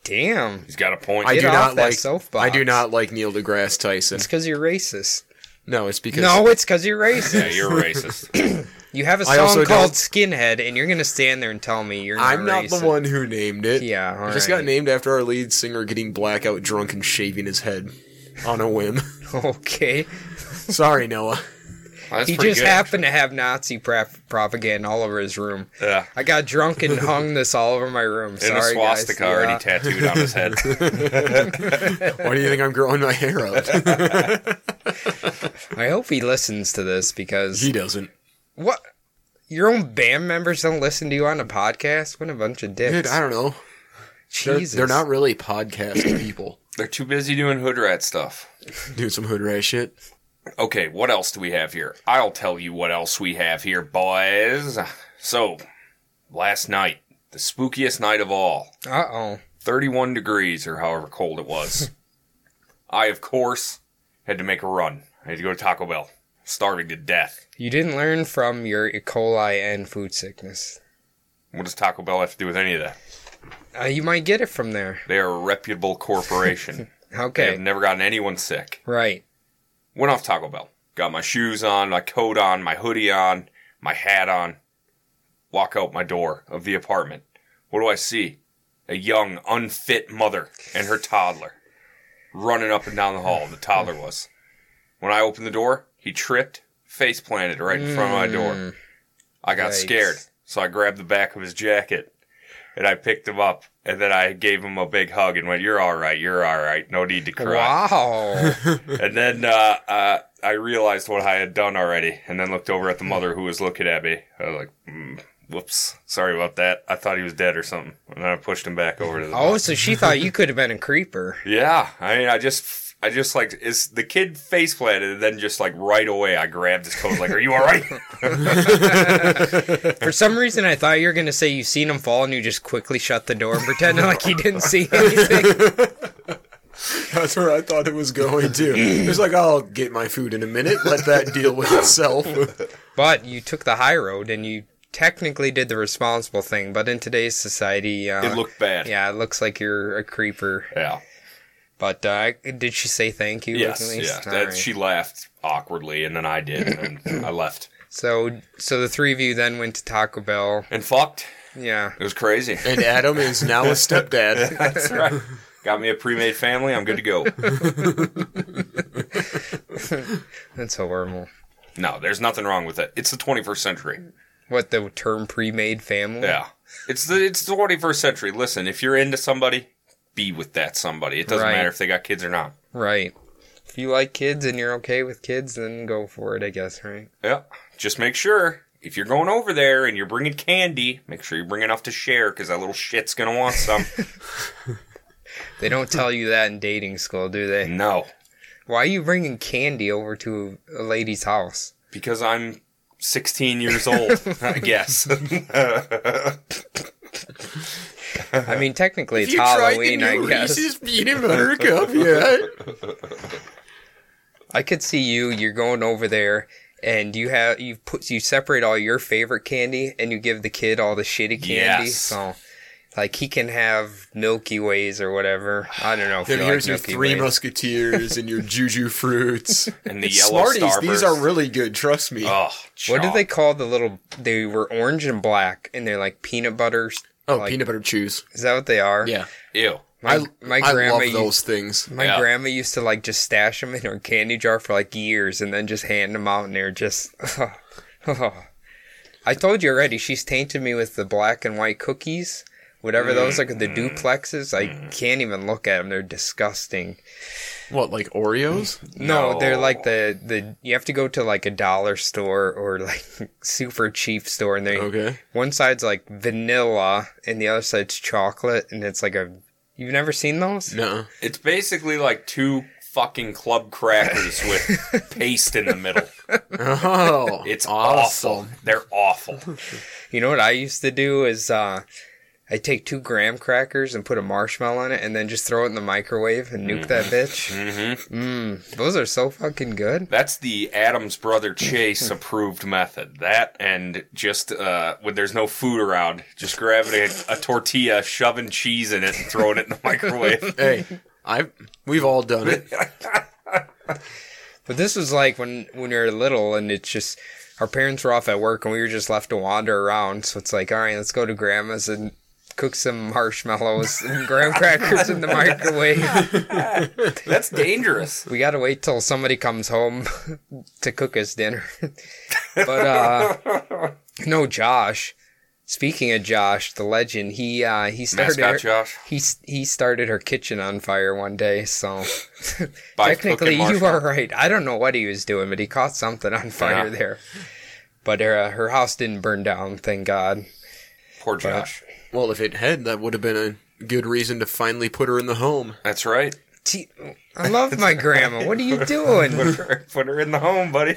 [SPEAKER 3] Damn,
[SPEAKER 2] he's got a point.
[SPEAKER 1] I
[SPEAKER 3] Get
[SPEAKER 1] do
[SPEAKER 3] off
[SPEAKER 1] not
[SPEAKER 3] that
[SPEAKER 1] like,
[SPEAKER 3] soapbox.
[SPEAKER 1] I do not like Neil deGrasse Tyson.
[SPEAKER 3] it's because you're racist.
[SPEAKER 1] No, it's because
[SPEAKER 3] No, it's because you're racist.
[SPEAKER 1] *laughs*
[SPEAKER 2] yeah, you're
[SPEAKER 3] *laughs*
[SPEAKER 2] racist.
[SPEAKER 3] You have a
[SPEAKER 1] I
[SPEAKER 3] song
[SPEAKER 1] also
[SPEAKER 3] called
[SPEAKER 1] don't-
[SPEAKER 3] Skinhead, and you're gonna stand there and tell me you're not
[SPEAKER 1] I'm not
[SPEAKER 3] racist.
[SPEAKER 1] the one who named it.
[SPEAKER 3] Yeah, all
[SPEAKER 1] It just
[SPEAKER 3] right.
[SPEAKER 1] got named after our lead singer getting blackout drunk and shaving his head on a whim. *laughs*
[SPEAKER 3] *laughs* Okay,
[SPEAKER 1] Sorry, Noah.
[SPEAKER 2] That's
[SPEAKER 3] he
[SPEAKER 2] pretty
[SPEAKER 3] just
[SPEAKER 2] good.
[SPEAKER 3] happened to have Nazi prop- propaganda all over his room.
[SPEAKER 2] Yeah.
[SPEAKER 3] I got
[SPEAKER 1] *laughs*
[SPEAKER 3] drunk and hung this all over my room.
[SPEAKER 2] And a
[SPEAKER 3] Sorry,
[SPEAKER 2] swastika
[SPEAKER 3] guys.
[SPEAKER 2] already
[SPEAKER 3] Yeah.
[SPEAKER 2] tattooed on his head.
[SPEAKER 1] Why do you think I'm growing my hair up? *laughs*
[SPEAKER 3] I hope he listens to this because
[SPEAKER 1] he doesn't.
[SPEAKER 3] What? Your own band members don't listen to you on a podcast? What a bunch of dicks.
[SPEAKER 1] Dude, I don't know. They're,
[SPEAKER 3] Jesus.
[SPEAKER 1] they're not really podcast people.
[SPEAKER 2] They're too busy doing hood rat stuff.
[SPEAKER 1] Doing some hood rat shit.
[SPEAKER 2] Okay, what else do we have here? I'll tell you what else we have here, boys. So, last night, the spookiest night of all,
[SPEAKER 3] Uh oh.
[SPEAKER 2] 31 degrees or however cold it was. I, of course, had to make a run. I had to go to Taco Bell, starving to death.
[SPEAKER 3] You didn't learn from your E. coli and food sickness.
[SPEAKER 2] What does Taco Bell have to do with any of that?
[SPEAKER 3] Uh, you might get it from there.
[SPEAKER 2] They are a reputable corporation. They
[SPEAKER 3] Okay.
[SPEAKER 2] have never gotten anyone sick.
[SPEAKER 3] Right.
[SPEAKER 2] Went off Taco Bell. Got my shoes on, my coat on, my hoodie on, my hat on. Walk out my door of the apartment. What do I see? A young, unfit mother and her toddler running up and down the hall. The toddler was. When I opened the door, he tripped, face planted right in front of my door. I got
[SPEAKER 3] Mm, Yikes.
[SPEAKER 2] scared, so I grabbed the back of his jacket and I picked him up. And then I gave him a big hug and went, "You're all right. You're all right. No need to cry."
[SPEAKER 3] Wow.
[SPEAKER 2] And then uh, uh, I realized what I had done already, and then looked over at the mother who was looking at me. I was like, mm, "Whoops, sorry about that. I thought he was dead or something." And then I pushed him back over to the.
[SPEAKER 3] oh, so she thought you could have been a creeper.
[SPEAKER 2] Yeah, I mean, I just, I just like is the kid face planted, and then just like right away, I grabbed his coat, like, "Are you all right?"
[SPEAKER 3] For some reason, I thought you were going to say you seen him fall and you just quickly shut the door and pretended like you
[SPEAKER 2] *laughs*
[SPEAKER 3] didn't see anything.
[SPEAKER 1] That's where I thought it was going to. It's like, I'll get my food in a minute. Let that deal with itself.
[SPEAKER 3] But you took the high road and you technically did the responsible thing. But in today's society, uh,
[SPEAKER 2] it looked bad.
[SPEAKER 3] Yeah, it looks like you're a creeper.
[SPEAKER 2] Yeah.
[SPEAKER 3] But uh, did she say thank you?
[SPEAKER 2] Yes.
[SPEAKER 3] At
[SPEAKER 2] Yeah.
[SPEAKER 3] least? All
[SPEAKER 2] That,
[SPEAKER 3] right.
[SPEAKER 2] She laughed awkwardly, and then I did, and then I left
[SPEAKER 3] So, so the three of you then went to Taco Bell.
[SPEAKER 2] and fucked.
[SPEAKER 3] Yeah.
[SPEAKER 2] It was crazy.
[SPEAKER 1] And Adam is now a stepdad.
[SPEAKER 2] *laughs* That's right. Got me a pre-made family. I'm good to go.
[SPEAKER 3] That's horrible.
[SPEAKER 2] No, there's nothing wrong with it. It's the 21st century.
[SPEAKER 3] What the term pre-made family?
[SPEAKER 2] Yeah. It's the it's the 21st century. Listen, if you're into somebody, be with that somebody. It doesn't
[SPEAKER 3] Right.
[SPEAKER 2] matter if they got kids or not.
[SPEAKER 3] Right. If you like kids and you're okay with kids, then go for it. I guess. Right.
[SPEAKER 2] Yeah. Just make sure if you're going over there and you're bringing candy, make sure you bring enough to share cuz that little shit's going to want
[SPEAKER 1] *laughs*
[SPEAKER 2] some.
[SPEAKER 3] They don't tell you that in dating school, do they?
[SPEAKER 2] no,
[SPEAKER 3] Why are you bringing candy over to a lady's house?
[SPEAKER 2] because I'm 16
[SPEAKER 1] *laughs*
[SPEAKER 2] years old, I guess. *laughs*
[SPEAKER 3] I mean, technically
[SPEAKER 1] If
[SPEAKER 3] it's
[SPEAKER 1] you
[SPEAKER 3] Halloween.
[SPEAKER 1] tried the
[SPEAKER 3] I
[SPEAKER 1] new
[SPEAKER 3] guess.
[SPEAKER 1] Reese's peanut butter
[SPEAKER 3] *laughs*
[SPEAKER 1] cup yet?
[SPEAKER 3] I could see you. You're going over there, and you have you put you separate all your favorite candy, and you give the kid all the shitty candy.
[SPEAKER 2] Yes.
[SPEAKER 3] So, like he can have Milky Ways or whatever. I don't know. If
[SPEAKER 1] Then
[SPEAKER 3] you
[SPEAKER 1] here's
[SPEAKER 3] like
[SPEAKER 1] your
[SPEAKER 3] Milky
[SPEAKER 1] three
[SPEAKER 3] Ways.
[SPEAKER 1] musketeers and your juju
[SPEAKER 3] *laughs*
[SPEAKER 1] fruits.
[SPEAKER 2] and the
[SPEAKER 1] It's
[SPEAKER 2] yellow
[SPEAKER 1] Smarties, these
[SPEAKER 2] Starburst.
[SPEAKER 1] are really good, trust me.
[SPEAKER 2] Oh,
[SPEAKER 3] What do
[SPEAKER 2] chalk.
[SPEAKER 3] they call the little? They were orange and black, and they're like peanut butters.
[SPEAKER 1] oh,
[SPEAKER 3] like-
[SPEAKER 1] peanut butter chews.
[SPEAKER 3] Is that what they are?
[SPEAKER 1] Yeah.
[SPEAKER 2] Ew.
[SPEAKER 3] My,
[SPEAKER 1] I,
[SPEAKER 3] my
[SPEAKER 1] I
[SPEAKER 3] grandma
[SPEAKER 1] love
[SPEAKER 3] used-
[SPEAKER 1] those things.
[SPEAKER 3] My
[SPEAKER 2] Yeah.
[SPEAKER 3] grandma used to like just stash them in her candy jar for like years and then just hand them out, and they're just. *laughs* I told you already, she's tainted me with the black and white cookies. Whatever those are,
[SPEAKER 2] Mm.
[SPEAKER 3] the duplexes, I can't even look at them. They're disgusting.
[SPEAKER 1] What, like
[SPEAKER 3] *laughs*
[SPEAKER 1] Oreos?
[SPEAKER 3] No, they're
[SPEAKER 2] No.
[SPEAKER 3] like the, the. You have to go to like a dollar store or like *laughs* super cheap store, and they.
[SPEAKER 1] Okay.
[SPEAKER 3] One side's like vanilla, and the other side's chocolate, and it's like a. You've never seen those? *laughs*
[SPEAKER 1] No.
[SPEAKER 2] It's basically like two fucking club crackers
[SPEAKER 1] *laughs*
[SPEAKER 2] with paste in the middle.
[SPEAKER 1] Oh,
[SPEAKER 2] It's awful.
[SPEAKER 1] awesome.
[SPEAKER 2] They're awful.
[SPEAKER 3] You know what I used to do is uh, I take two graham crackers and put a marshmallow on it, and then just throw it in the microwave and nuke
[SPEAKER 2] *laughs*
[SPEAKER 3] that bitch. Mm-hmm. Mm, those are so fucking good.
[SPEAKER 2] That's the Adams brother Chase approved method. That and just uh, when there's no food around, just grabbing a, a tortilla, shoving cheese in it, and throwing it in the
[SPEAKER 3] *laughs*
[SPEAKER 2] microwave.
[SPEAKER 1] Hey, I we've all done it.
[SPEAKER 3] But this was like when when we were little, and it's just our parents were off at work, and we were just left to wander around. So it's like, all right, let's go to grandma's and cook some marshmallows and graham crackers in the microwave.
[SPEAKER 2] That's dangerous.
[SPEAKER 3] We gotta wait till somebody comes home *laughs* to cook us dinner. *laughs*
[SPEAKER 2] *laughs*
[SPEAKER 3] but uh no, Josh. Speaking of Josh, the legend, he uh he started
[SPEAKER 2] Mascot Josh.
[SPEAKER 3] he s- he started her kitchen on fire one day. So
[SPEAKER 2] By
[SPEAKER 3] technically,
[SPEAKER 2] cooking
[SPEAKER 3] you
[SPEAKER 2] marshmallow-
[SPEAKER 3] are right. I don't know what he was doing, but he caught something on fire
[SPEAKER 2] Yeah.
[SPEAKER 3] there. But her, uh, her house didn't burn down, thank God.
[SPEAKER 2] Poor Josh.
[SPEAKER 1] Well, if it had, that would have been a good reason to finally put her in the home.
[SPEAKER 2] That's right.
[SPEAKER 3] Gee, I love my grandma. What
[SPEAKER 2] *laughs*
[SPEAKER 3] are you doing?
[SPEAKER 2] Put her in the home, buddy.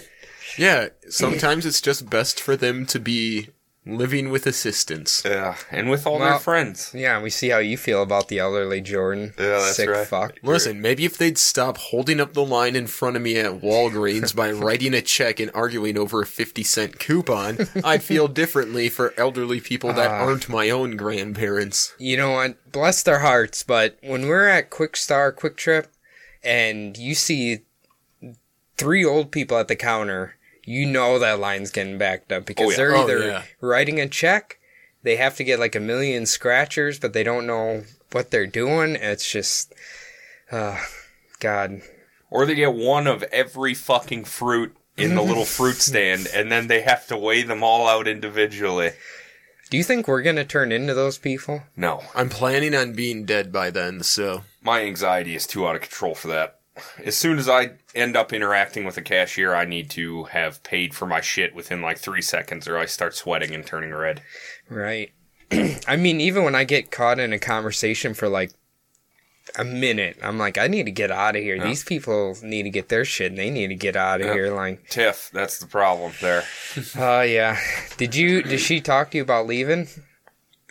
[SPEAKER 1] Yeah, sometimes it's just best for them to be living with assistance.
[SPEAKER 2] Yeah, and with all
[SPEAKER 3] Well-
[SPEAKER 2] their friends.
[SPEAKER 3] Yeah, we see how you feel about the elderly Jordan.
[SPEAKER 2] Yeah, that's
[SPEAKER 3] Sick
[SPEAKER 2] right.
[SPEAKER 3] fuck.
[SPEAKER 1] Listen, maybe if they'd stop holding up the line in front of me at Walgreens
[SPEAKER 3] *laughs*
[SPEAKER 1] by writing a check and arguing over a 50 cent coupon, I'd feel differently for elderly people
[SPEAKER 3] Ah.
[SPEAKER 1] that aren't my own grandparents.
[SPEAKER 3] you know what? Bless their hearts, but when we're at Quick Star, Quick Trip, and you see three old people at the counter, you know that line's getting backed up because
[SPEAKER 2] Oh, yeah.
[SPEAKER 3] they're
[SPEAKER 1] Oh,
[SPEAKER 3] either
[SPEAKER 1] yeah.
[SPEAKER 3] writing a check, they have to get like a million scratchers, but they don't know what they're doing. It's just, uh, God,
[SPEAKER 2] Or they get one of every fucking fruit in the little
[SPEAKER 3] *laughs*
[SPEAKER 2] fruit stand, and then they have to weigh them all out individually.
[SPEAKER 3] do you think we're gonna turn into those people?
[SPEAKER 2] No,
[SPEAKER 1] I'm planning on being dead by then, so.
[SPEAKER 2] my anxiety is too out of control for that. As soon as I end up interacting with a cashier, I need to have paid for my shit within like three seconds, or I start sweating and turning red.
[SPEAKER 3] Right. *clears throat* I mean, even when I get caught in a conversation for like a minute, I'm like, I need to get out of here. These people need to get their shit and they need to get out of here. Like,
[SPEAKER 2] Tiff, that's the problem there.
[SPEAKER 3] oh, yeah. Did you, did she talk to you about leaving?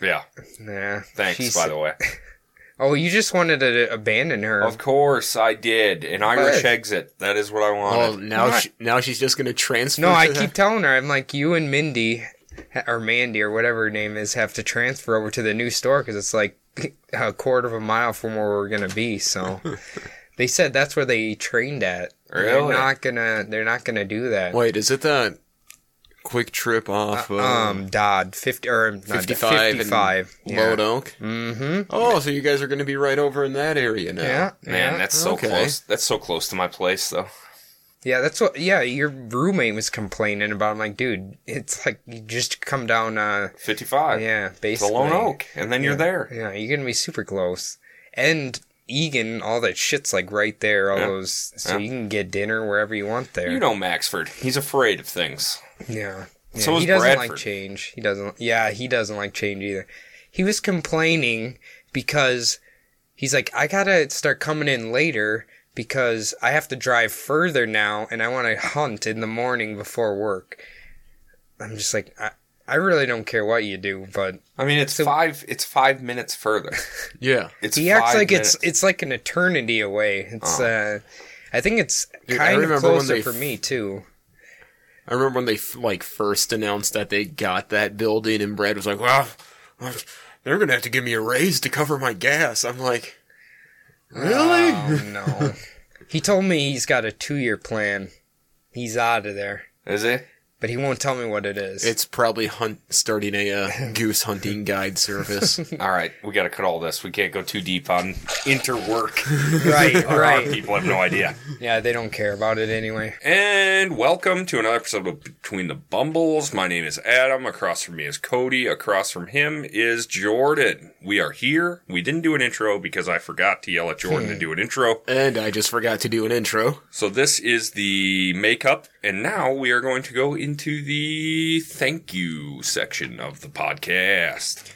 [SPEAKER 2] Yeah,
[SPEAKER 3] Nah.
[SPEAKER 2] thanks,
[SPEAKER 3] she's-
[SPEAKER 2] by the
[SPEAKER 3] *laughs*
[SPEAKER 2] Oh, way.
[SPEAKER 3] Oh, you just wanted to abandon her.
[SPEAKER 2] Of course, I did. An Irish
[SPEAKER 3] Hey.
[SPEAKER 2] exit. That is what I
[SPEAKER 1] Well,
[SPEAKER 2] wanted.
[SPEAKER 1] Oh, now,
[SPEAKER 3] What?
[SPEAKER 1] she, now she's just going to transfer.
[SPEAKER 3] no,
[SPEAKER 1] to
[SPEAKER 2] *laughs*
[SPEAKER 3] I
[SPEAKER 1] that-
[SPEAKER 3] keep telling her, I'm like, you and Mindy, ha- or Mandy, or whatever her name is, have to transfer over to the new store because it's like *laughs* a quarter of a mile from where we're gonna be. So
[SPEAKER 2] *laughs*
[SPEAKER 3] they said that's where they trained at. They're
[SPEAKER 2] Really?
[SPEAKER 3] not gonna. They're not gonna do that.
[SPEAKER 1] Wait, is it that quick trip off of
[SPEAKER 3] Um, Dodd fifty or not, Dodd,
[SPEAKER 1] 55 and
[SPEAKER 3] fifty-five.
[SPEAKER 1] Lone Oak?
[SPEAKER 3] Mm-hmm.
[SPEAKER 1] Oh, so you guys are going to be right over in that area now.
[SPEAKER 3] Yeah.
[SPEAKER 2] Man,
[SPEAKER 3] yeah.
[SPEAKER 2] that's so
[SPEAKER 1] Okay.
[SPEAKER 2] close. That's so close to my place, though.
[SPEAKER 3] Yeah, that's what. Yeah, your roommate was complaining about. I'm like, dude, it's like you just come down. uh
[SPEAKER 2] 55.
[SPEAKER 3] Yeah,
[SPEAKER 2] It's a
[SPEAKER 3] basically.
[SPEAKER 2] lone oak, and then you're there.
[SPEAKER 3] Yeah, you're gonna be super close. And Egan, all that shit's like right there. All
[SPEAKER 2] Yeah.
[SPEAKER 3] those, so
[SPEAKER 2] Yeah.
[SPEAKER 3] you can get dinner wherever you want there.
[SPEAKER 2] You know Maxford. He's afraid of things.
[SPEAKER 3] Yeah. yeah.
[SPEAKER 2] So
[SPEAKER 3] he
[SPEAKER 2] is
[SPEAKER 3] doesn't like
[SPEAKER 2] Bradford.
[SPEAKER 3] change. He doesn't. Yeah, he doesn't like change either. He was complaining because he's like, I gotta start coming in later because I have to drive further now, and I want to hunt in the morning before work. I'm just like, I, I really don't care what you do, but
[SPEAKER 2] I mean, it's
[SPEAKER 3] So-
[SPEAKER 2] five. It's five minutes
[SPEAKER 3] *laughs*
[SPEAKER 2] further.
[SPEAKER 1] Yeah.
[SPEAKER 2] It's
[SPEAKER 3] he acts
[SPEAKER 2] five
[SPEAKER 3] like
[SPEAKER 2] minutes.
[SPEAKER 3] it's it's like an eternity away. It's uh, I think it's
[SPEAKER 1] Dude, I
[SPEAKER 3] kind of
[SPEAKER 1] remember when
[SPEAKER 3] closer
[SPEAKER 1] they
[SPEAKER 3] for
[SPEAKER 1] f- *laughs*
[SPEAKER 3] me too.
[SPEAKER 1] I remember when they f- like first announced that they got that building, and Brad was like, "Well, they're gonna have to give me a raise to cover my gas." I'm like, "Really?"
[SPEAKER 3] Oh, no. he told me he's got a two year plan. He's out of there.
[SPEAKER 2] Is it?
[SPEAKER 3] But he won't tell me what it is.
[SPEAKER 1] It's probably hunt starting a uh, goose hunting guide service.
[SPEAKER 2] All right, we got to cut all this. We can't go too deep on interwork.
[SPEAKER 1] *laughs*
[SPEAKER 3] right,
[SPEAKER 2] Our
[SPEAKER 3] right.
[SPEAKER 2] people have no idea.
[SPEAKER 3] Yeah, they don't care about it anyway.
[SPEAKER 2] And welcome to another episode of Between the Bumbles. My name is Adam. Across from me is Cody. Across from him is Jordan. We are here. We didn't do an intro because I forgot to yell at Jordan to do an intro.
[SPEAKER 1] and I just forgot to do an intro.
[SPEAKER 2] So this is the makeup, and now we are going to go into the thank you section of the podcast.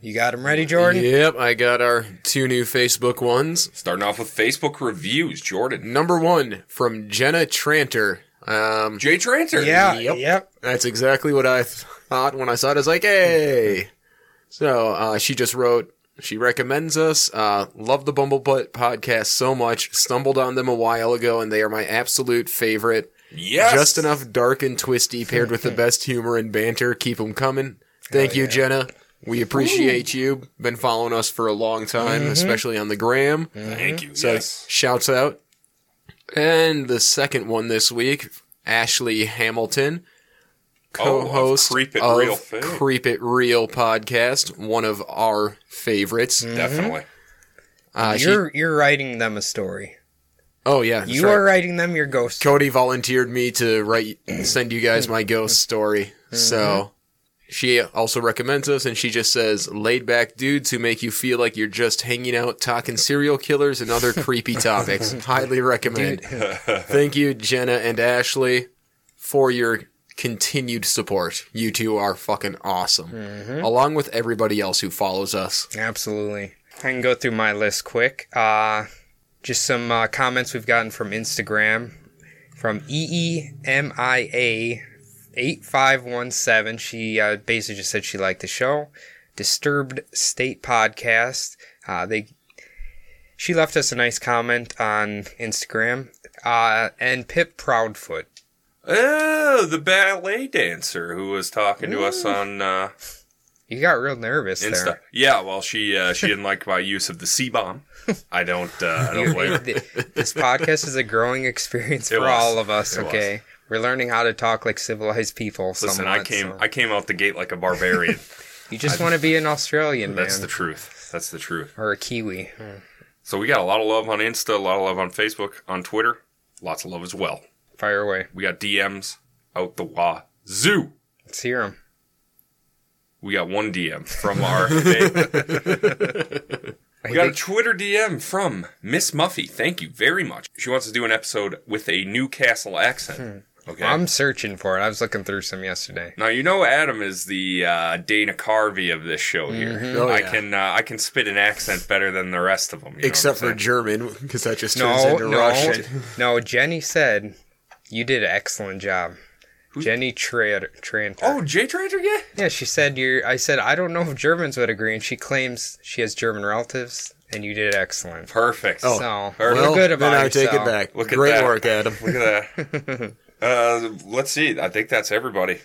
[SPEAKER 3] You got him ready, Jordan?
[SPEAKER 1] Yep, I got our two new Facebook ones.
[SPEAKER 2] Starting off with Facebook reviews, Jordan.
[SPEAKER 1] Number one from Jenna Tranter. Um,
[SPEAKER 2] Jay Tranter.
[SPEAKER 3] Yeah,
[SPEAKER 1] Yep.
[SPEAKER 3] yep.
[SPEAKER 1] That's exactly what I th- thought when I saw it. I was like, hey. So uh, she just wrote, she recommends us. Uh, love the Bumblebutt podcast so much. Stumbled on them a while ago, and they are my absolute favorite.
[SPEAKER 2] Yes.
[SPEAKER 1] Just enough dark and twisty paired with the best humor and banter. Keep them coming. Thank you, Jenna. We appreciate you. Been following us for a long time, especially on the gram.
[SPEAKER 2] Thank
[SPEAKER 3] Mm-hmm.
[SPEAKER 2] you.
[SPEAKER 1] So
[SPEAKER 2] yes.
[SPEAKER 1] shouts out. And the second one this week, Ashley Hamilton,
[SPEAKER 2] Oh, of
[SPEAKER 1] co-host
[SPEAKER 2] Creep It
[SPEAKER 1] of
[SPEAKER 2] Real fame.
[SPEAKER 1] Creep It Real podcast, one of our favorites.
[SPEAKER 2] Definitely.
[SPEAKER 1] Uh, she-
[SPEAKER 3] Mm, You're you're writing them a story.
[SPEAKER 1] oh yeah, that's
[SPEAKER 3] You
[SPEAKER 1] right.
[SPEAKER 3] are writing them your ghost.
[SPEAKER 1] Cody volunteered me to write, send you guys my ghost
[SPEAKER 3] Mm-hmm.
[SPEAKER 1] story. So she also recommends us, and she just says, "Laid back dudes who make you feel like you're just hanging out, talking serial killers and other creepy
[SPEAKER 3] *laughs*
[SPEAKER 1] topics. Highly recommend."
[SPEAKER 3] Mm-hmm.
[SPEAKER 1] Thank you, Jenna and Ashley, for your continued support. You two are fucking awesome,
[SPEAKER 2] Mm-hmm.
[SPEAKER 1] along with everybody else who follows us.
[SPEAKER 3] Absolutely. I can go through my list quick. Uh, just some uh, comments we've gotten from Instagram from E EEMIA. 8517. She uh, basically just said she liked the show. Disturbed State Podcast. Uh, they She left us a nice comment on Instagram. Uh, and Pip Proudfoot.
[SPEAKER 2] *laughs* Oh, the ballet dancer who was talking to us on uh,
[SPEAKER 3] You got real nervous
[SPEAKER 2] Insta.
[SPEAKER 3] there.
[SPEAKER 2] Yeah, well, she uh, she didn't like my use of the C bomb. I don't. Uh, I don't
[SPEAKER 3] *laughs*
[SPEAKER 2] blame her.
[SPEAKER 3] this podcast is a growing experience
[SPEAKER 2] It
[SPEAKER 3] for
[SPEAKER 2] was.
[SPEAKER 3] all of us.
[SPEAKER 2] It was.
[SPEAKER 3] okay, we're learning how to talk like civilized people.
[SPEAKER 2] Listen,
[SPEAKER 3] somewhat,
[SPEAKER 2] I came
[SPEAKER 3] so-
[SPEAKER 2] I came out the gate like a barbarian.
[SPEAKER 3] *laughs* you just want to be an Australian man
[SPEAKER 2] That's the truth. That's the truth.
[SPEAKER 3] or a Kiwi.
[SPEAKER 2] So we got a lot of love on Insta, a lot of love on Facebook, on Twitter, lots of love as well.
[SPEAKER 3] Fire away.
[SPEAKER 2] We got DMs out the wazoo.
[SPEAKER 3] Let's hear him.
[SPEAKER 2] We got one DM from
[SPEAKER 3] *laughs*
[SPEAKER 2] our. we got a Twitter DM from Miss Muffy. Thank you very much. She wants to do an episode with a Newcastle accent.
[SPEAKER 1] Hmm.
[SPEAKER 2] Okay.
[SPEAKER 3] I'm searching for it. I was looking through some yesterday.
[SPEAKER 2] now you know Adam is the uh, Dana Carvey of this show here.
[SPEAKER 1] Oh,
[SPEAKER 2] I
[SPEAKER 1] yeah.
[SPEAKER 2] can uh, I can spit an accent better than the rest of them. you know
[SPEAKER 1] Except
[SPEAKER 2] what
[SPEAKER 1] for
[SPEAKER 2] I'm saying?
[SPEAKER 1] German, because that just turns
[SPEAKER 3] No,
[SPEAKER 1] into
[SPEAKER 3] no,
[SPEAKER 1] Russian.
[SPEAKER 3] no. Jenny said you did an excellent job. Jenny Tran- Tranter.
[SPEAKER 2] oh Jay Trader, yeah.
[SPEAKER 3] yeah. She said you're. I said I don't know if Germans would agree, and she claims she has German relatives, and you did excellent.
[SPEAKER 2] Perfect.
[SPEAKER 3] so
[SPEAKER 2] Well,
[SPEAKER 3] we're good about
[SPEAKER 1] Oh, then I
[SPEAKER 3] it,
[SPEAKER 1] take
[SPEAKER 3] so-
[SPEAKER 1] it back.
[SPEAKER 2] Look at
[SPEAKER 1] Great
[SPEAKER 2] that.
[SPEAKER 1] work, Adam.
[SPEAKER 2] Look at that.
[SPEAKER 1] *laughs*
[SPEAKER 2] uh, let's see. I think that's everybody.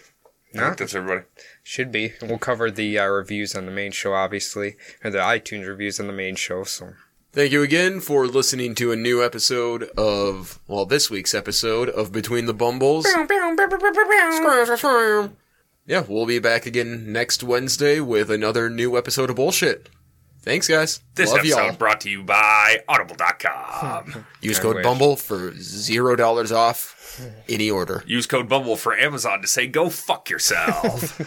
[SPEAKER 2] I
[SPEAKER 3] Huh?
[SPEAKER 2] think that's everybody.
[SPEAKER 3] Should be. We'll cover the uh, reviews on the main show, obviously, or the iTunes reviews on the main show. So
[SPEAKER 1] Thank you again for listening to a new episode of, well, this week's episode of Between the Bumbles. Yeah, we'll be back again next Wednesday with another new episode of bullshit. Thanks, guys.
[SPEAKER 2] This
[SPEAKER 1] Love
[SPEAKER 2] episode
[SPEAKER 1] y'all.
[SPEAKER 2] brought to you by
[SPEAKER 1] *laughs*
[SPEAKER 2] Audible.com.
[SPEAKER 1] Use
[SPEAKER 3] I
[SPEAKER 1] code
[SPEAKER 3] wish.
[SPEAKER 1] Bumble for zero dollars off any order. *laughs*
[SPEAKER 2] Use code Bumble for Amazon to say go fuck yourself.